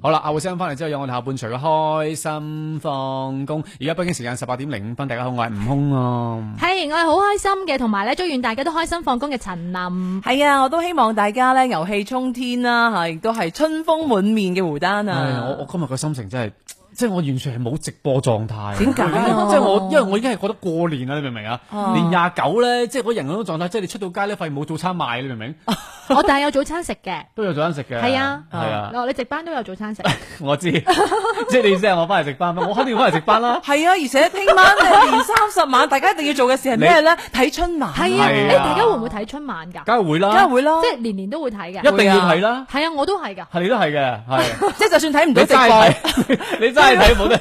好啦，阿會聲翻嚟之後，有我哋下半場嘅開心放工。而家北京時間十八點零五分，大家好，我係悟空啊。係，我係好開心嘅，同埋咧祝願大家都開心放工嘅陳林。 係啊，我都希望大家咧牛氣沖天啦，吓亦都係春風滿面嘅胡丹唉，啊！我我今日嘅心情真係，即係我完全係冇直播狀態。點解啊即係我，因為我已經係覺得過年啦，你明唔明啊？年廿九咧，即係嗰人嗰種狀態，即係你出到街咧，發現冇早餐賣，你明唔明？我但係有早餐食嘅，都有早餐食嘅。係啊係啊。嗱，你值班都有早餐食。我知， 即係你意思係我翻嚟值班咩？我肯定要翻嚟值班啦。係啊，而且聽 晚咧年三十晚，大家一定要做嘅事係咩咧？睇春晚，係啊，係啊誒，大家會唔會睇春晚㗎？梗係會梗係啦，會啦，即係年年都會睇嘅。一哦定要睇啦，係啊，我都係㗎。係你都係嘅，係啊即係就算睇唔你到齋直播，睇，你齋睇冇得，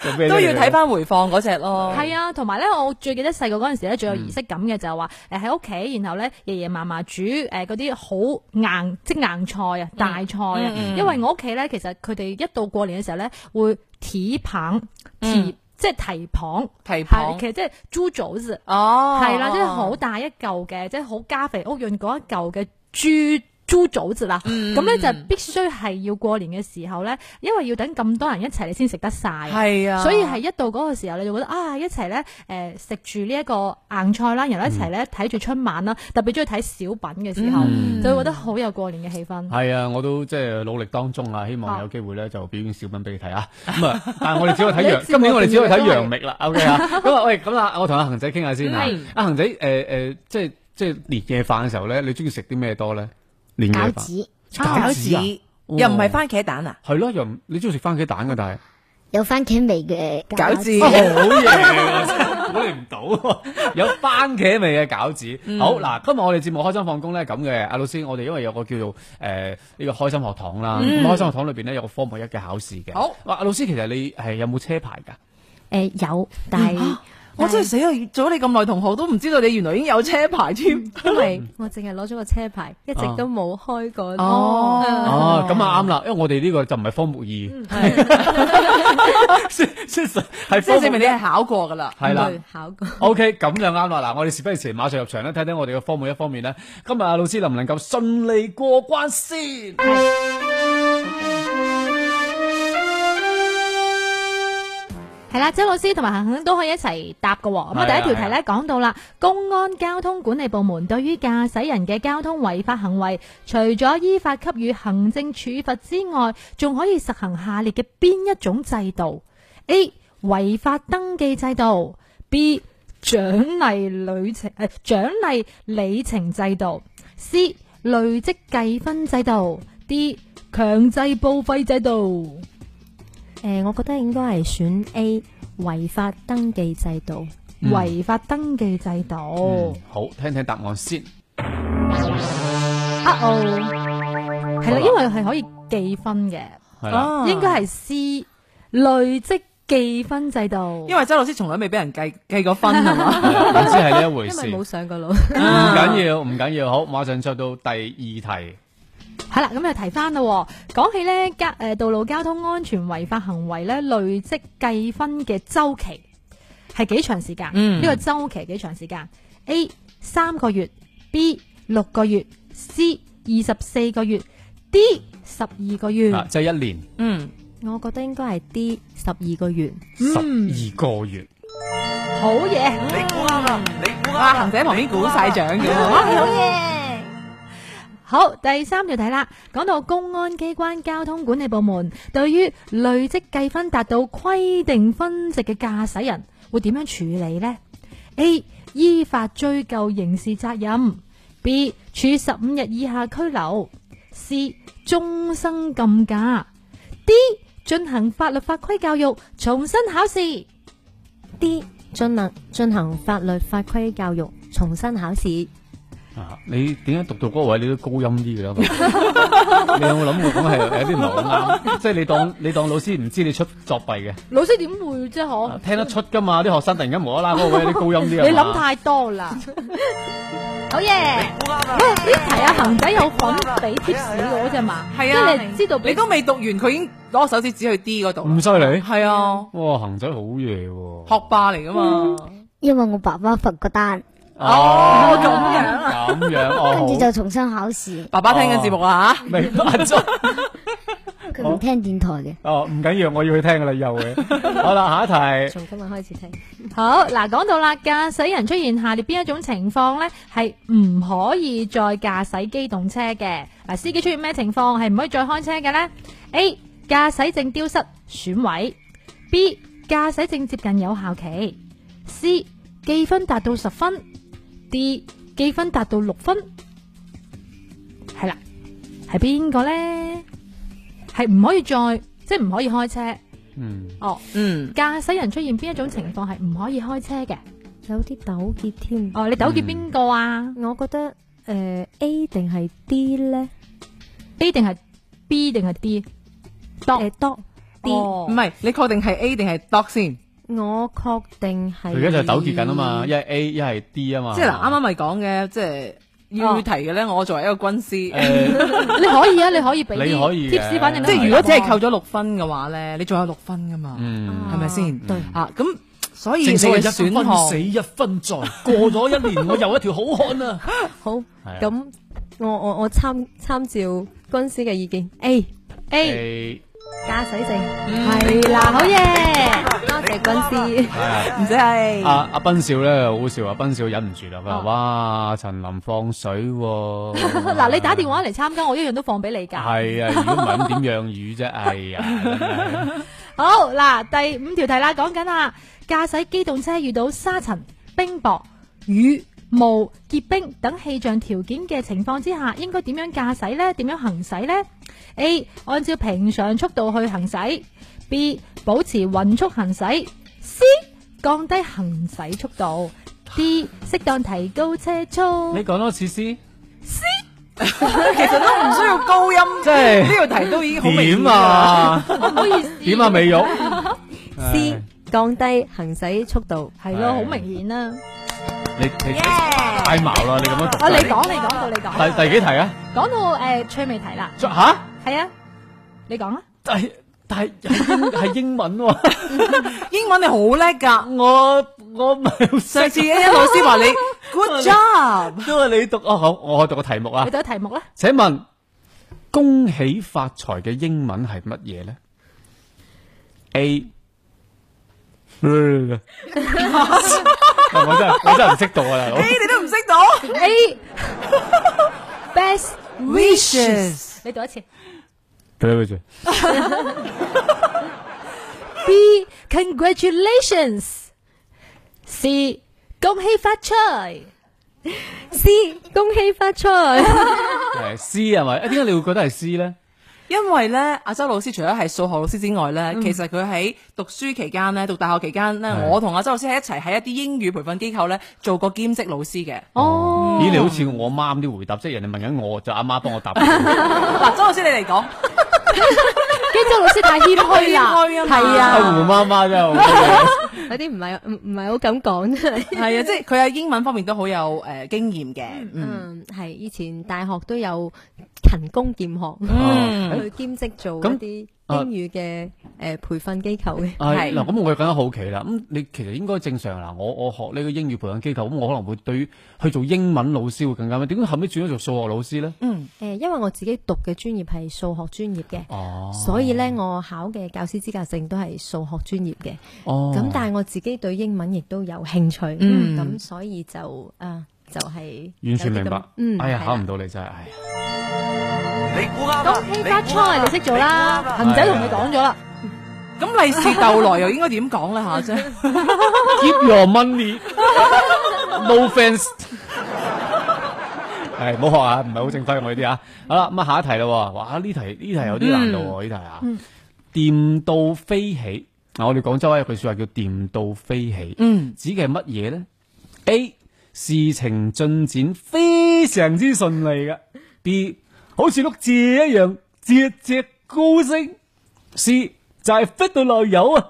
做咩啫都要睇。你翻回放嗰只咯。係啊，同埋咧，我最記得細個嗰陣時咧，最有儀式感嘅就係話，誒喺屋企，然後咧爺爺嫲嫲煮誒嗰啲好硬即硬菜啊、大菜啊，因為我屋企咧，其實佢哋一到過年嘅時候咧，會蹄棒、蹄即係蹄膀，提係旁其實即係豬肘子，哦，係啦，即係好大一嚿嘅，即係好家肥屋潤嗰一嚿嘅豬。豬肘子啦，嗯咁咧就必須係要過年嘅時候咧，因為要等咁多人一齊你先食得晒啊。係啊，所以係一到嗰個時候，你就覺得啊，一齊咧誒食住呢一個硬菜啦，然後一齊咧睇住春晚啦，特別中意睇小品嘅時候，嗯就會覺得好有過年嘅氣氛。係啊，我都即係努力當中啊，希望啊有機會咧就表演小品俾你睇啊。咁啊，但係我哋只可以睇楊，你今年我哋只可以睇節目楊冪啦。OK à. 啊，咁啊，喂，咁啊，我同阿恒仔傾下先啊嗯。阿恒仔，誒誒，即係即係年夜飯嘅時候咧，你中意食啲咩多咧？年夜飯餃子餃子啊，又哦唔係番茄蛋啊，係咯，又唔你中意食番茄蛋嘅，但係。有番茄味嘅餃子好嘢喎，估你唔到啊嗯喎，有番茄味嘅餃子。好嗱，今日我哋節目開心放工咧咁嘅，阿老師，我哋因為有個叫做誒呢個開心學堂啦，咁開心學堂裏邊咧有個科目一嘅考試嘅。好哇，阿老師其實你係有冇車牌㗎？誒有，但係我真係死啊！做咗你咁耐同學都唔知道你原來已經有車牌添。因為 我淨係攞咗個車牌，一啊直都冇開過。哦哦，咁啊啱啦，因為我哋呢個就唔係科目嗯二， 即哦即係係即係科證目明你係考過㗎啦。係啦。考過。 O K，咁就啱啦。嗱，我哋事不宜遲，馬上入場啦，睇睇我哋嘅科目一方面咧，今日阿老師能唔能夠順利過關先？係啦，周老師同埋恒恒都可以一齊答嘅喎。咁係啊啊，第一條題係啊咧講到啦，公安交通管理部門對於駕駛人嘅交通違法行為，除咗依法給予行政處罰之外，仲可以實行下列嘅邊一種制度？A. 違法登記制度，B. 獎勵旅程誒、呃、獎勵里程制度，C. 累積計分制度，D. 強制報廢制度。誒，呃我覺得應該係選 A 違法登記制度。嗯違法登記制度。嗯，好，聽聽答案先。啊哦，系啦，因為係可以記分嘅，係啦。哦啊應該係 C 累積記分制度，因為周老師從來未俾人計計過分係 嘛？唔知係呢一回事。唔上過腦。緊要，唔緊要，好，馬上出到第二題。係啦，咁又提翻咯喎。講起咧交誒道路交通安全違法行為咧，累積計分嘅周期係幾長時間？嗯呢個周期幾長時間？A 三個月，B 六個月，C 二十四個月，D 十二個月。啊，即係一年嗯，我覺得應該係 D 十二個月。十二個月。好嘢！嗯哇，行仔旁邊鼓晒掌嘅，好，第三條題啦，講到公安機關交通管理部門對於累積計分達到規定分值嘅駕駛人會點樣處理呢 a 依法追究刑事責任；B 處十五日以下拘留；C 終生禁駕；D 進行法律法規教育，重新考試。 D 進能進行法律法規教育，重新考試。啊，你點解讀到嗰個位你都高音啲嘅咧？ 你有冇諗過咁係有啲唔係好啱？即係你 當你當老師唔知你出作弊嘅，老師點會啫？啊可聽得出㗎嘛？啲學生突然間無啦啦嗰個位有啲高音啲啊你諗嘛太多 啦。好嘢！喂，呢題啊，恒仔有份俾貼士我啫嘛， 啊即係啊係你知道俾你都未讀完，佢已經攞手指指去 D 嗰度啦。咁犀利？係啊，哇，恒仔好嘢喎！學霸嚟噶嘛？因為我爸爸罰個單，哦，咁樣啊咁樣哦，跟住好就重新考試。哦爸爸聽緊節目啊明白咗。佢好唔聽電台嘅，哦，唔緊要，我要去聽噶啦，以後 會。好啦，下一題。從今日開始聽。好嗱，講到啦，駕駛人出現下列邊一種情況呢？係唔可以再駕駛機動車嘅。嗱，司機出現咩情況係唔可以再開車嘅呢 a 駕駛證丟失、損毀；B. 駕駛證接近有效期；C. 記分達到十分；D. 記分達到六分。係啦，係邊個呢？係唔可以再即係唔可以開車嗯，哦。嗯，駕駛人出現邊一種情況係唔可以開車嘅？有啲糾結嗯添。哦，你糾結邊個啊我覺得诶、呃 A 定係 D 咧？ ？A 定係 B 定係 D？诶、當 d D，、哦唔係你確定係 A 定係 Doc 先？我確定係。佢而家就糾結緊啊嘛，一係 A 一係 D 啊嘛。即係嗱，啱啱咪講嘅，即係要提嘅咧。我作為一個軍師，啱。你可以啊，你可以俾你可啲以嘅 tips，反正即係係係如果只係扣咗六分嘅話咧，你仲有六分噶嘛？嗯，係咪先對，啊，咁所以你正所謂嘅一選分項死一分在，過咗一年我又一條好漢啊。好，係啊咁我我我參參照軍師嘅意見，A A A 駕駛證，係啦，好嘢，多謝軍師。係啊。唔知係阿阿斌少咧好笑啊！斌少忍唔住啦，佢話：哦哇，陳林放水喎！ 嗱，你打電話嚟參加，我一樣都放俾你㗎。係啊，如果唔係咁點養魚啫？哎呀，真係好嗱，第五條題啦，講緊啊，駕駛機動車遇到沙塵、冰雹、雨、霧、結冰等氣象條件嘅情況之下，應該點樣駕駛呢？點樣行駛呢 a 按照平常速度去行駛；B. 保持匀速行駛；C. 降低行駛速度；D. 適當提高車速你。講多次先，其實都唔需要高音，即係呢個題都已經好明顯點㗎啦。啊？唔好意思，點啊，美玉？ C 降低行駛速度，係咯，好明顯啦。你你太矛啦！你咁樣讀啊，法，你講，你講到你講，第第幾題啊？講到诶趣味題啦，作吓？係啊，你講啊。但係但係係英係英文喎，英文你好叻㗎，我我唔係好上識。次 A 老師話 你 good job，因為你讀哦好，我讀個題目啊你。對題目咧請問恭喜發財嘅英文係乜嘢咧？A，我 Ờ, 真係我真係唔識讀啊！大佬你哋都唔識到 A best wishes。你讀一次對唔住， B congratulations C 恭喜發財 C 恭喜發財係 C à 係咪？啊點解你會覺得係 C 咧？因為咧，阿周老師除咗係數學老師之外咧，其實佢喺讀書期間咧，讀大學期間咧，係我同阿周老師嗯係一齊喺一啲英語培訓機構咧做過兼職老師 嘅。哦，咦，你好似我媽咁啲回答，即係人哋問緊我，就阿媽幫我答。係嗱，周老師你嚟講，基周老師太謙虛啦， 太謙虛啊嘛係啊，啊， 胡媽媽真係好犀利有啲唔係唔唔係好敢講。係啊，即係佢喺英文方面都好有誒、呃、經驗嘅。嗯，嗯，係以前大學都有勤工儉學，嗯去兼職做咁啊一啲英語嘅诶培訓機構嘅。係係嗱，咁我更加好奇啦。咁你其實應該正常嗱，我我學呢個英語培養機構，咁我可能會對於去做英文老師會更加咩？點解後尾轉咗做數學老師咧？嗯，诶，因為我自己讀嘅專業係數學專業嘅，哦，所以咧我考嘅教師資格證都係數學專業嘅。哦，咁但係我自己對英文亦都有興趣，嗯咁所以就啊就係完全明有啲白咁。嗯，哎呀，係考啦唔到你真係，哎呀，恭喜發財你識做啦，恒仔同你講咗啦，嗯咁利是逗來又應該點講咧 嚇啫？ Keep your money. No fans. 係唔好學啊，唔係好正規我呢啲啊。好啦，咁啊下一題啦喎，哇呢題呢題有啲難度喎，呢題啊，掂到飛起。嗱，我哋廣州有句説話叫掂到飛起，嗯，指嘅係乜嘢咧？A 事情進展非常之順利嘅，B 好似碌蔗一樣節節高升，C 就係 fit 到漏油啊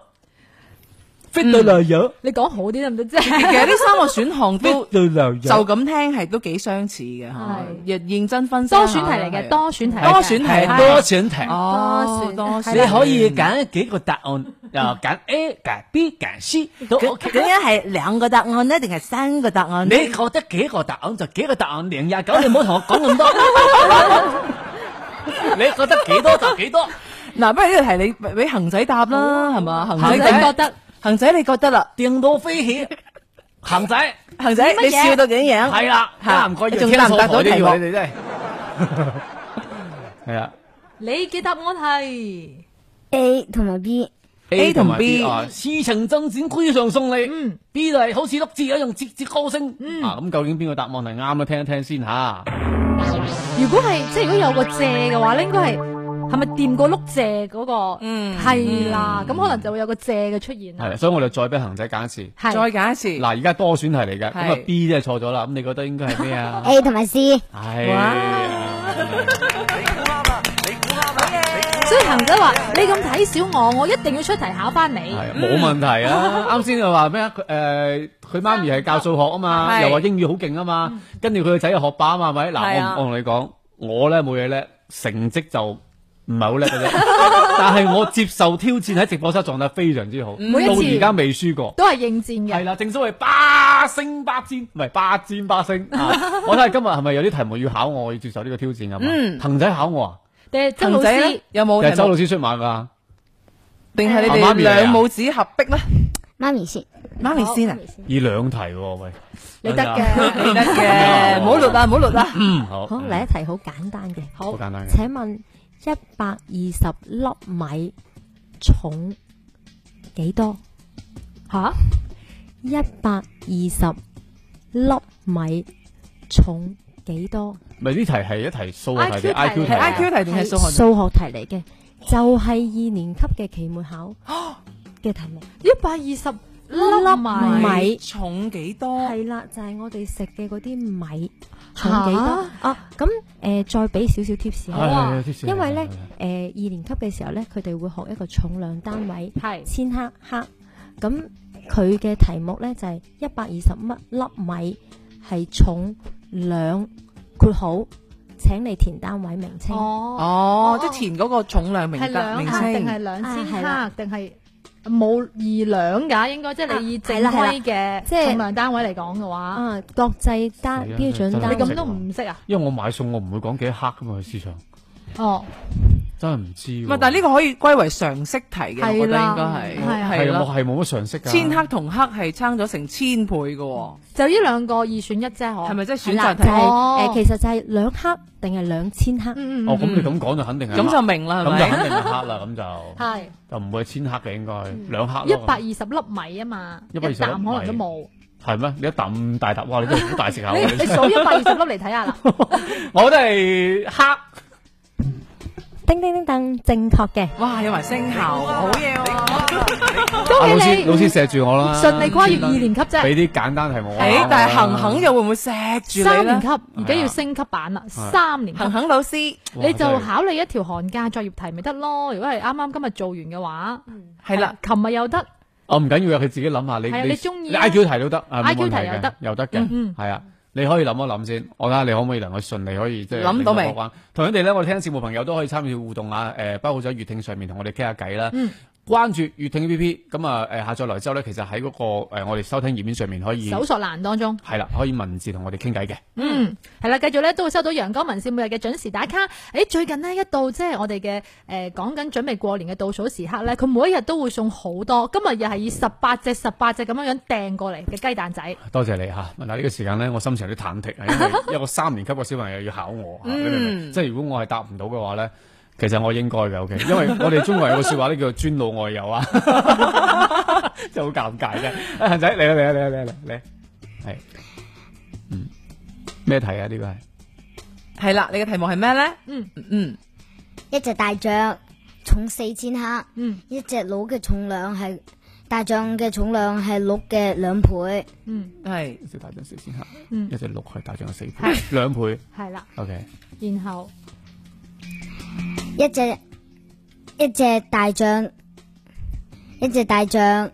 ，fit 到漏油。你講好啲得唔得啫？其實呢三個選項都都就就留咁聽係都幾相似嘅嚇係，認認真分析多一選下題嚟嘅，多選題嚟嘅，多選題係多選題，Ờ, 哦，多多選選你可以揀幾個答案，啊揀 A、揀 B、揀 C 都 OK。咁樣係兩個答案呢，定係三個答案你呢？覺得幾個答案就幾個答案，零廿九你唔好同我講咁多。你覺得幾多就幾多，嗱，不如呢個題你俾俾恒仔答啦，係嘛？恒恒仔仔覺覺得恒仔你覺得啦，電到飛起，行仔恒仔乜嘢你笑到點樣？係啦，嚇唔該，你仲答唔答到題目你哋真係係啊你嘅答案係 A 同埋 B， A 同 B 啊，事情進展非常順利。嗯 B 就係好似碌字一樣節節高升。嗯啊，咁究竟邊個答案係啱咧？聽一聽先吓。如果係即係如果有個借嘅話咧，應該係係咪掂過碌借嗰個？嗯係啦，咁可能就會有個借嘅出現啦。係，所以我哋再俾恒仔揀一次。係再揀一次。嗱，而家多選題嚟嘅，咁啊係 B 真係錯咗啦。咁你覺得應該係咩啊？ A 同埋 C，係哇所以恒仔話：你咁睇小我，我一定要出題考翻你。係冇問題啊！啱先就話咩啊？佢誒佢媽咪係教數學啊嘛，係又話英語好勁啊嘛，跟住佢個仔係學霸啊嘛，係咪？係嗱啊，我我同你講，我咧冇嘢叻，成績就唔係好叻嘅啫， 但係我接受挑戰喺直播室狀態非常之好，到每一次嗯而家未輸過。都係應戰係嘅。啦，正所謂八星八戰，唔係八戰八星。啊我睇下今日係咪有啲題目要考我，我要接受呢個挑戰啊嘛？嗯騰仔考我啊，誒，周老恒仔師咧，有冇其實題周老目？師出馬㗎。定係你啊媽哋咪嚟啊兩母子合璧咧？媽咪先，媽咪先啊，以兩題喎，喂，你得嘅。你 得嘅，唔好錄啦，唔好錄啦。嗯，好，好，嚟一題好簡單嘅。好簡單嘅。請問一百二十粒米重幾多？吓，一百二十粒米重幾多？咪呢題係一題數學題定 I IQ Q 題題係啊？ I Q 題定係數學題？數學題嚟嘅，就係、二年級嘅期 末考嘅題目。一百二十粒米米重幾多？係啦，就係、我哋食嘅嗰啲米重幾多嚇啊？咁誒、呃再俾少少 tips 係啊，係係係因為咧係係係誒二年級嘅時候咧，佢哋會學一個重量單位。係千克克。咁佢嘅題目呢，就係一百二十乜粒米係重兩括號，請你填單位名稱。哦，哦哦，即係填嗰個重量名係單兩名克定係稱。兩千啊係啦克定係冇二兩㗎？應該即係你以啊正係啦係啦規嘅即係重量單位嚟講嘅話，啊，國際單死啦標準你啊真係單咁都唔識啊？因為我買餸我唔會講幾多克噶嘛，去市場哦，真係唔知喎。唔係，但係呢個可以歸為常識題嘅，我係覺得應該啦係啊係係係啊我咯。係冇乜常識㗎。千克同克係差咗成千倍嘅喎，就呢兩個二選一啫，可係咪即係係選啦，擇就係、題？哦誒其實就係兩克定係兩千克。嗯嗯哦，嗯，咁你咁講就肯定係咁就克明啦，係咁就咪？肯定係克啦，咁 就係就唔會係千克嘅應該兩克咯。一百二十粒米啊嘛，一120粒米啖可能都冇。係咩？你一啖咁大啖，哇！你真係好大食口 你啊。你數一百二十粒嚟睇下啦，我都係克。叮叮叮噔，正確嘅。哇，有埋聲效，好嘢喎！啊老恭喜師老師你錫住我啦，順利跨越二年級啫，俾啲簡單題目我考啊誒啦。，但係恒恒又會唔會錫住你三年級？咧而家要升級版啦，三年級恒。恒老師哇你就真係考慮一條寒假作業題咪得咯？如果係啱啱今日做完嘅話，係啦，琴日又得，哦，唔緊要嘅，佢自己諗下。你係啊你中意啊 I Q 題都得啊 IQ 冇問題題嘅又得又得嗯嘅，係啊。你可以諗一諗先，我睇下你可唔可以能夠順利可以即係諗到未令過關同樣地咧，我哋聽節目朋友都可以參與互動啊！誒、包括咗粵聽上面同我哋傾下偈啦。嗯關注粵聽 A P P，咁啊誒下載來之後咧，其實喺嗰、個、呃、我哋收聽頁面上面可以搜索欄當中。係啦，可以文字同我哋傾偈嘅。嗯，係啦，繼續咧都會收到陽光文線每日嘅準時打卡。誒，最近呢，一到即係我哋嘅誒講緊準備過年嘅倒數時刻咧，佢每一日都會送好多，今日又係以十八隻、十八隻咁樣樣掟過嚟嘅雞蛋仔。多謝你嚇。嗱呢個時間咧，我心情有啲忐忑啊，因為一個三年級嘅小朋友要考我嚇，你明唔明？嗯即係如果我係答唔到嘅話咧，其實我應該嘅，OK，因為我哋中國有個説話咧叫做尊老愛幼啊，真係好尷尬嘅。啊恒仔嚟啦嚟啦嚟啦嚟啦嚟啦，係，嗯，咩題啊？呢個係係啦，你嘅題目係咩咧？嗯嗯，一隻大象重四千克，嗯一隻鹿嘅重量係大象嘅重量係鹿嘅兩倍，嗯，係一隻大象四千克，嗯一隻鹿係大象四倍，兩倍係啦， ，OK，然後一隻一隻大象，一隻大象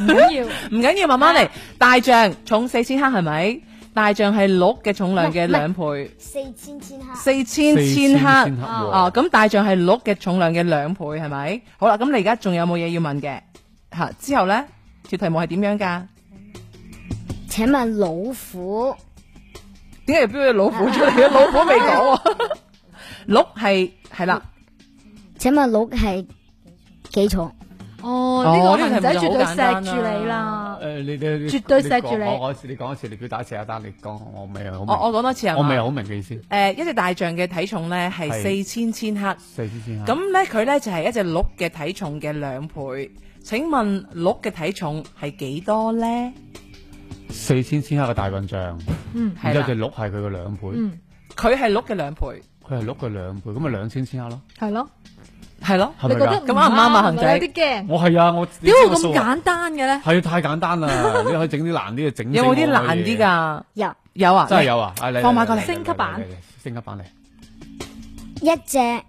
唔緊 要。唔緊要，慢慢嚟。大象重四千克係咪？大象係鹿嘅重量嘅兩倍，四千千克，四千千克。啊哦，咁大象係鹿嘅重量嘅兩倍，係咪？好啦，咁你而家仲有冇嘢要問嘅？吓，之後咧，條題目係點樣㗎？請問老虎 點解又標咗老虎出嚟嘅？老虎未講喎。 鹿係係啦，請問鹿係幾重？哦，哦呢個呢個恒仔題目就絕對好簡單啊錫啦住你啦。诶，你你你絕對錫住你講我我你講一次，你表打一次阿丹，你講我未好明，我我講多次係我嘛未好明嘅意思。誒一隻大象嘅體重咧係係四千千克，四支先啊咁咧佢咧就係一隻鹿嘅體重嘅兩倍。請問鹿嘅體重係幾多咧？四千千克嘅大笨象，嗯然係之後啦只，鹿係佢嘅兩倍，嗯，佢係鹿嘅兩倍，佢係鹿嘅兩倍，咁咪兩千千克咯，係咯。係咯。係你咪覺得㗎？唔咁啱唔啱啊恒仔有啲驚。我係啊，我點會咁簡單嘅咧？係太簡單啦，你可以整啲難啲嘅整。有冇啲整我嘅難啲嘢？㗎？有有啊，真係有啊！啊嚟放埋過嚟升級版，嚟嚟升級版嚟。一隻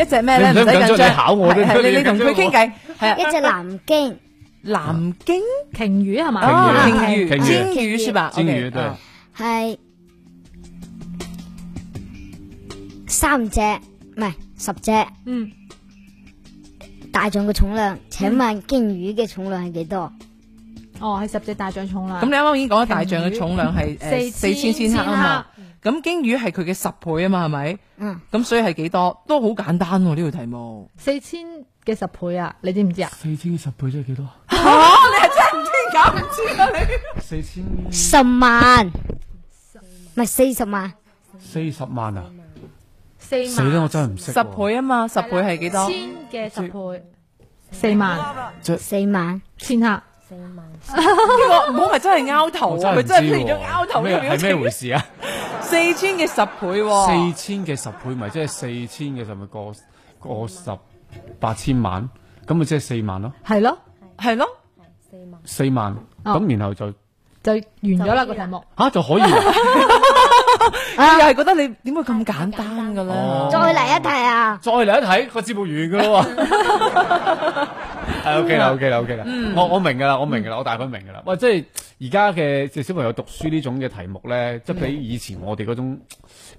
一隻咩咧？你唔唔使使緊張緊張，你考我都係係你你你同緊張佢傾偈，係啊一隻南京，南京鯨魚係嘛？鯨哦，魚鯨魚，鯨鯨魚魚是吧？鯨 OK，魚對啊係三隻，唔係十隻。嗯，大象嘅重量，請問鯨魚嘅重量係幾多？哦，係十隻大象重啦。咁你啱啱已經講咗大象嘅重量係誒四千千克啊嘛，咁鯨魚係佢嘅十倍啊嘛，係咪？嗯，咁所以係幾多？都好簡單喎呢條題目。四千嘅十倍啊！你知唔知啊？四千十倍即係幾多？嚇！你係真係唔知搞唔知啊你！四千十萬，唔係四十萬，四十萬啊！四萬死啦！我真係唔識十喎。倍啊嘛，十倍係幾多？千嘅十倍，四萬四萬，千克。四萬呢個唔好係真係拗頭我啊！佢真係真係唔變知咗拗頭喎，呢咩個表係咩情回。事啊？四千嘅十倍四喎，千嘅十倍咪即係四千嘅十咪過過十八千萬，咁咪即係四萬咯，係咯，係咯，四萬，四萬哦咁然後就就完咗啦個題目。嚇就可以 啦。啊你又係覺得你點會咁簡單㗎哦再咧？嚟一題啊！再嚟一睇個節目完㗎咯喎， 係 OK 啦，OK 啦，OK 啦，嗯我我明㗎啦，我明㗎啦，我大概明㗎啦。喂，即係而家嘅即係小朋友讀書呢種嘅題目咧，即係比以前我哋嗰種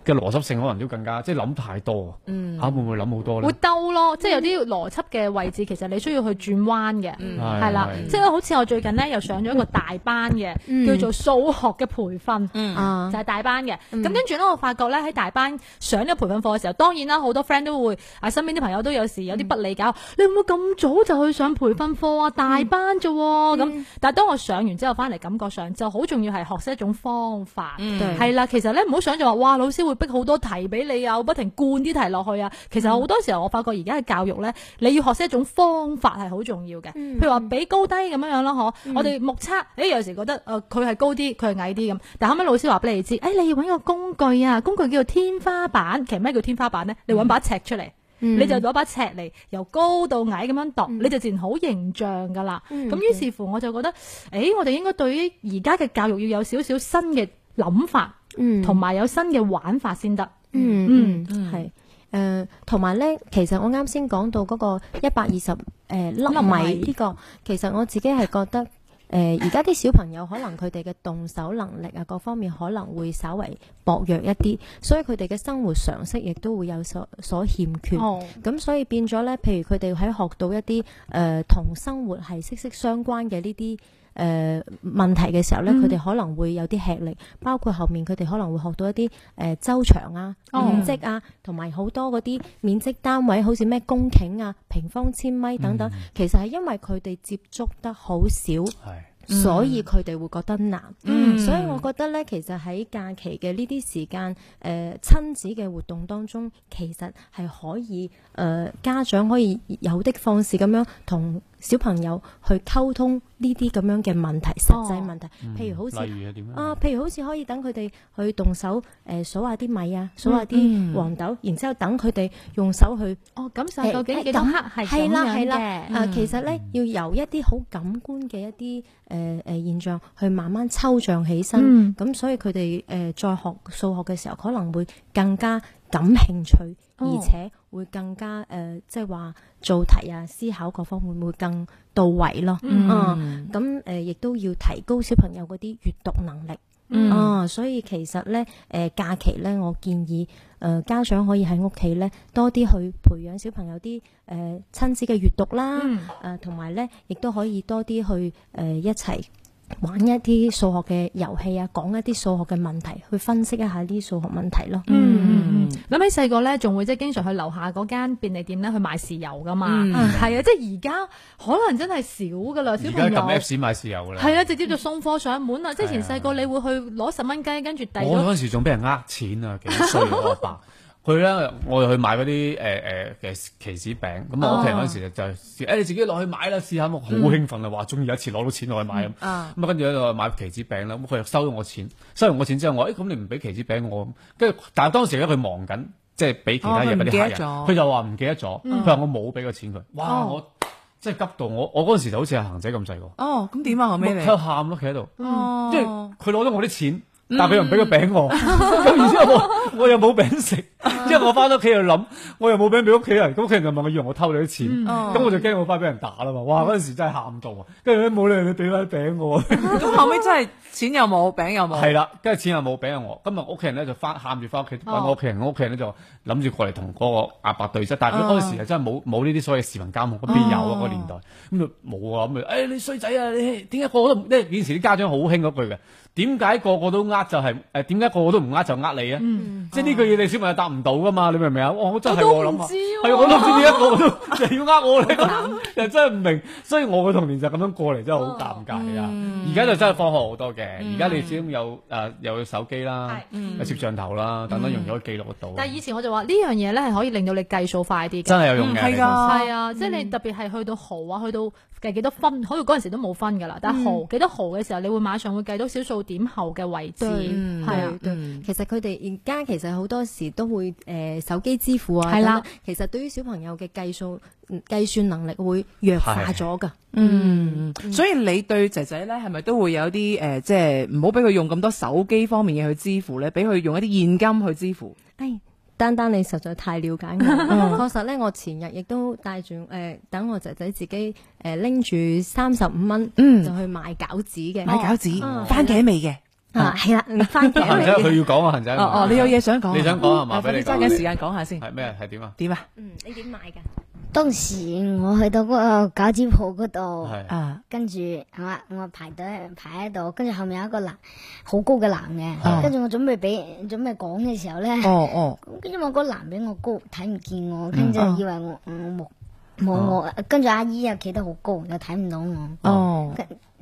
嘅邏輯性可能都更加即係諗太多，啊嗯嚇會唔會諗好多會咧？兜咯，即係有啲邏輯嘅位置，其實你需要去轉彎嘅，係係啦，嗯係即係好似我最近咧又上咗一個大班嘅，嗯叫做數學嘅培訓。嗯啊嗯就係大班嘅，咁跟住咧，我發覺咧喺大班上呢個培訓課嘅時候，當然啦，好多 friend 都會啊，身邊啲朋友都有時有啲不理解，你會唔會咁早就去上培訓課啊？大班啫喎，咁、但係當我上完之後翻嚟，感覺上就好重要係學識一種方法，對係啦、其實咧唔好想就話哇，老師會逼好多題俾你啊，不停灌啲題落去啊。其實好多時候我發覺而家嘅教育咧，你要學識一種方法係好重要嘅，嗯譬如話比高低咁樣樣咯，嗬、我哋目測，誒有時覺得誒佢係高啲，佢係矮啲咁，但後尾老師話俾你知，誒、你要揾個工具啊，工具叫做天花板。其實咩叫天花板呢？你揾把尺出嚟。嗯你就攞把尺嚟，由高到矮咁樣度，你就自然好形象噶啦。嗯咁於是乎我就覺得，誒、我哋應該對於而家嘅教育要有少少新嘅諗法，嗯同埋有新嘅玩法先得。嗯嗯係誒，同埋咧，其實我啱先講到嗰個一百二十誒粒粒米米呢個，其實我自己係覺得誒而家啲小朋友可能佢哋嘅動手能力啊各方面可能會稍為薄弱一啲，所以佢哋嘅生活常識亦都會有所所欠缺。哦，咁所以變咗咧，譬如佢哋喺學到一啲誒、呃同生活係息息相關嘅呢啲誒問題嘅時候咧，嗯佢哋、可能會有啲吃力，包括後面佢哋可能會學到一啲誒、呃周長啊、哦面積啊，同埋好多嗰啲面積單位，好似咩公頃啊、平方千米等嗯等。其實係因為佢哋接觸得好少，係所以佢哋會覺得難。嗯所以我覺得咧，其實喺假期嘅呢啲時間，誒、呃親子嘅活動當中，其實係可以誒、呃家長可以有的放矢咁樣同小朋友去溝通呢啲咁樣嘅問題、實際問題，譬如好似嗯例如係點啊，樣？譬如好似可以等佢哋去動手誒、數下啲米啊，數下嗯啲黃豆，然之後等佢哋用手去哦，感受究竟幾多誒克咁係咁係啦樣係啦嘅。啊，其實咧要由一啲好感官嘅一啲誒誒現象去慢慢抽象起身，嗯咁、所以佢哋誒再學數學嘅時候，可能會更加感興趣，哦而且會更加誒、呃即係話做題啊、思考各方面會更到位咯。嗯啊，咁誒亦都要提高小朋友嗰啲閱讀能力。嗯啊，所以其實咧，誒、假期咧，我建議誒、呃家長可以喺屋企咧多啲去培養小朋友啲誒、呃嗯啊呃親子嘅閱讀啦，誒同埋咧亦都可以多啲去誒、一齊玩一啲數學嘅遊戲啊，講一啲數學嘅問題，去分析一下啲數學問題咯。嗯嗯嗯，諗起細個咧，仲會即係經常去樓下嗰間便利店咧去買豉油噶嘛，係啊，即係而家可能真係少噶啦，小嗯而朋家撳友 Apps 買豉油㗎啦。係啊，直接就送貨上門啦。即係前係啊細個你會去攞十蚊雞，跟住遞我咗嗰陣時仲俾人呃錢啊，幾衰啊我阿爸。佢咧，我又去買嗰啲誒誒嘅棋子餅，咁我屋企人嗰陣時就誒、你自己落去買啦，試下，我好興奮啊！話終於有一次攞到錢落去買咁，咁啊跟住喺度買棋子餅啦，咁佢又收咗我錢，收完我錢之後，我誒咁、你唔俾棋子餅我，跟住但係當時咧佢忙緊，即係俾其他嘢嗰啲客人，哦佢唔記得咗佢就話唔記得咗，佢話我冇俾個錢佢，哇！我即係急到我，我嗰陣時就好似係行仔咁細個，哦，咁點啊？後尾佢你喺度喊咯，企喺度。哦即係佢攞咗我啲錢，但係佢又唔俾個餅我，咁然之後我我又冇餅食，之後我翻屋企又諗，我又冇餅俾屋企人，咁屋企人就問我以為我偷你啲錢，咁我就驚我翻俾人打啦嘛，哇嗰陣時真係喊到啊，跟住咧冇理由你俾翻餅我，咁後尾真係錢又冇，餅又冇，係啦，跟住錢又冇俾我，今日屋企人咧就翻喊住翻屋企哦揾我屋企人，我屋企人咧就諗住過嚟同嗰個阿伯對質，但哦係佢嗰陣時就真係冇冇呢啲所謂視頻監控，邊有啊嗰個年代，咁就冇啊咁就，誒你衰仔啊，你點解個個都唔，即係以前啲家長好興嗰句嘅，點解個個都呃就係誒點解個個都唔呃就呃你啊？嗯即係呢句嘢你小朋友答唔到噶嘛，你明唔明啊？我真係喎我諗下，啊係我都唔知點解個個都就要呃我咧，又真係唔明，所以我嘅童年就咁樣過嚟，真係哦好尷尬啊！嗯而家就真係科學好多嘅，而家你始終有誒又有手機啦，有攝像頭啦，等等容易可以記錄得到，嗯但係以前我就話呢樣嘢咧係可以令到你計數快啲嘅真。係有用嗯嘅。係你講㗎，係啊，即係你特別係去到毫啊，去到計幾多分，好似嗰陣時都冇分㗎啦。嗯但係毫幾多毫嘅時候，你會馬上會計到小數點後嘅位置，對嗯係啊。對嗯其實佢哋而家其實好多時都會誒、呃手機支付啊，係啦等等。其實對於小朋友嘅計數嗯計算能力會弱化咗㗎。嗯，所以你對仔仔咧係咪都會有啲誒、呃即係唔好俾佢用咁多手機方面嘅去支付咧，俾佢用一啲現金去支付。唉，丹丹你實在太了解我，嗯確實咧，我前日亦都帶住誒、呃等我仔仔自己誒拎住三十五蚊就嗯，去買餃子嘅，買餃子，哦番茄味嘅。啊係啦，番 茄行味仔嘅佢要講啊，行仔。哦哦，你有嘢想講？你想講係嘛啊快俾你啲揸講緊時間講下先。係咩？係點啊？點啊？嗯，你點買㗎？當時我去到嗰個餃子鋪嗰度，係啊，跟住我我排隊排喺度，跟住後面有一個男好高嘅男哦嘅，跟住我準備俾準備講嘅時候咧，哦哦，跟住我嗰個男比我高，睇唔見我，跟住嗯以為我我冇冇我，跟住阿姨又企得好高，又睇唔到我，哦，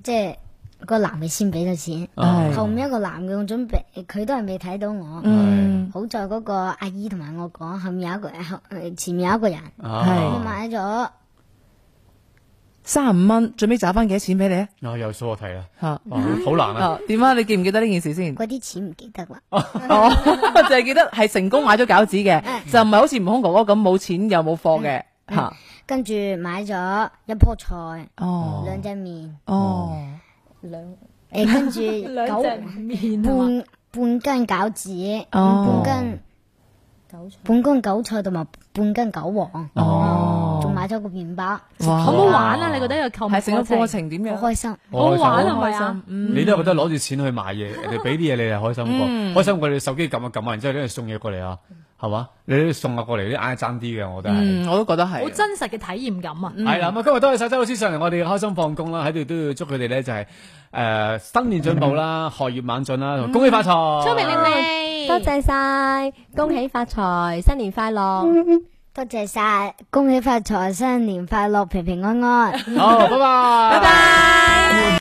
即係個男嘅先俾咗係錢，哦後面一個男嘅我準備佢都係未睇到我。嗯，好在嗰個阿姨同埋我講，後面有一個後呃前面有一個人，哦我啊，買咗三十五蚊，最尾找翻幾多錢俾你啊？啊有數我睇啦，吓，哇好難啊！啊，點啊？你記唔記得呢件事先？嗰啲錢唔記得啦。哦， 就係記得係成功買咗餃子嗯嘅，就唔係好似悟空哥哥咁冇錢又冇貨嘅吓。跟住買咗一棵菜、嗯哦兩隻麵，哦，兩誒跟住九面啊嘛半半斤餃子，哦半斤半斤韭菜同埋半斤韭黃，哦仲買咗個麵包，哇好唔好玩啊？你覺得呢個購物哦係成個過過程程點好樣？開心。哦好好玩啊？好係咪啊？嗯你都係覺得攞住錢去買嘢，人哋俾啲嘢你係開心過，開心過你手機撳啊撳啊，然之後你送嘢過嚟啊，係嘛？你啲送啊過嚟，啲硬係爭啲嘅，我覺得係。嗯，我都覺得好係。真實嘅體驗感嗯啊！係啦，咁啊今日多謝晒周老師上嚟，我哋開心放工啦，喺度都要祝佢哋咧就係誒新年進步啦，學業猛進啦，同恭喜發財！聰明伶俐，多謝晒，恭喜發財，新年快樂。多謝晒，恭喜發財，新年快樂，平平安安。好，拜拜，拜拜。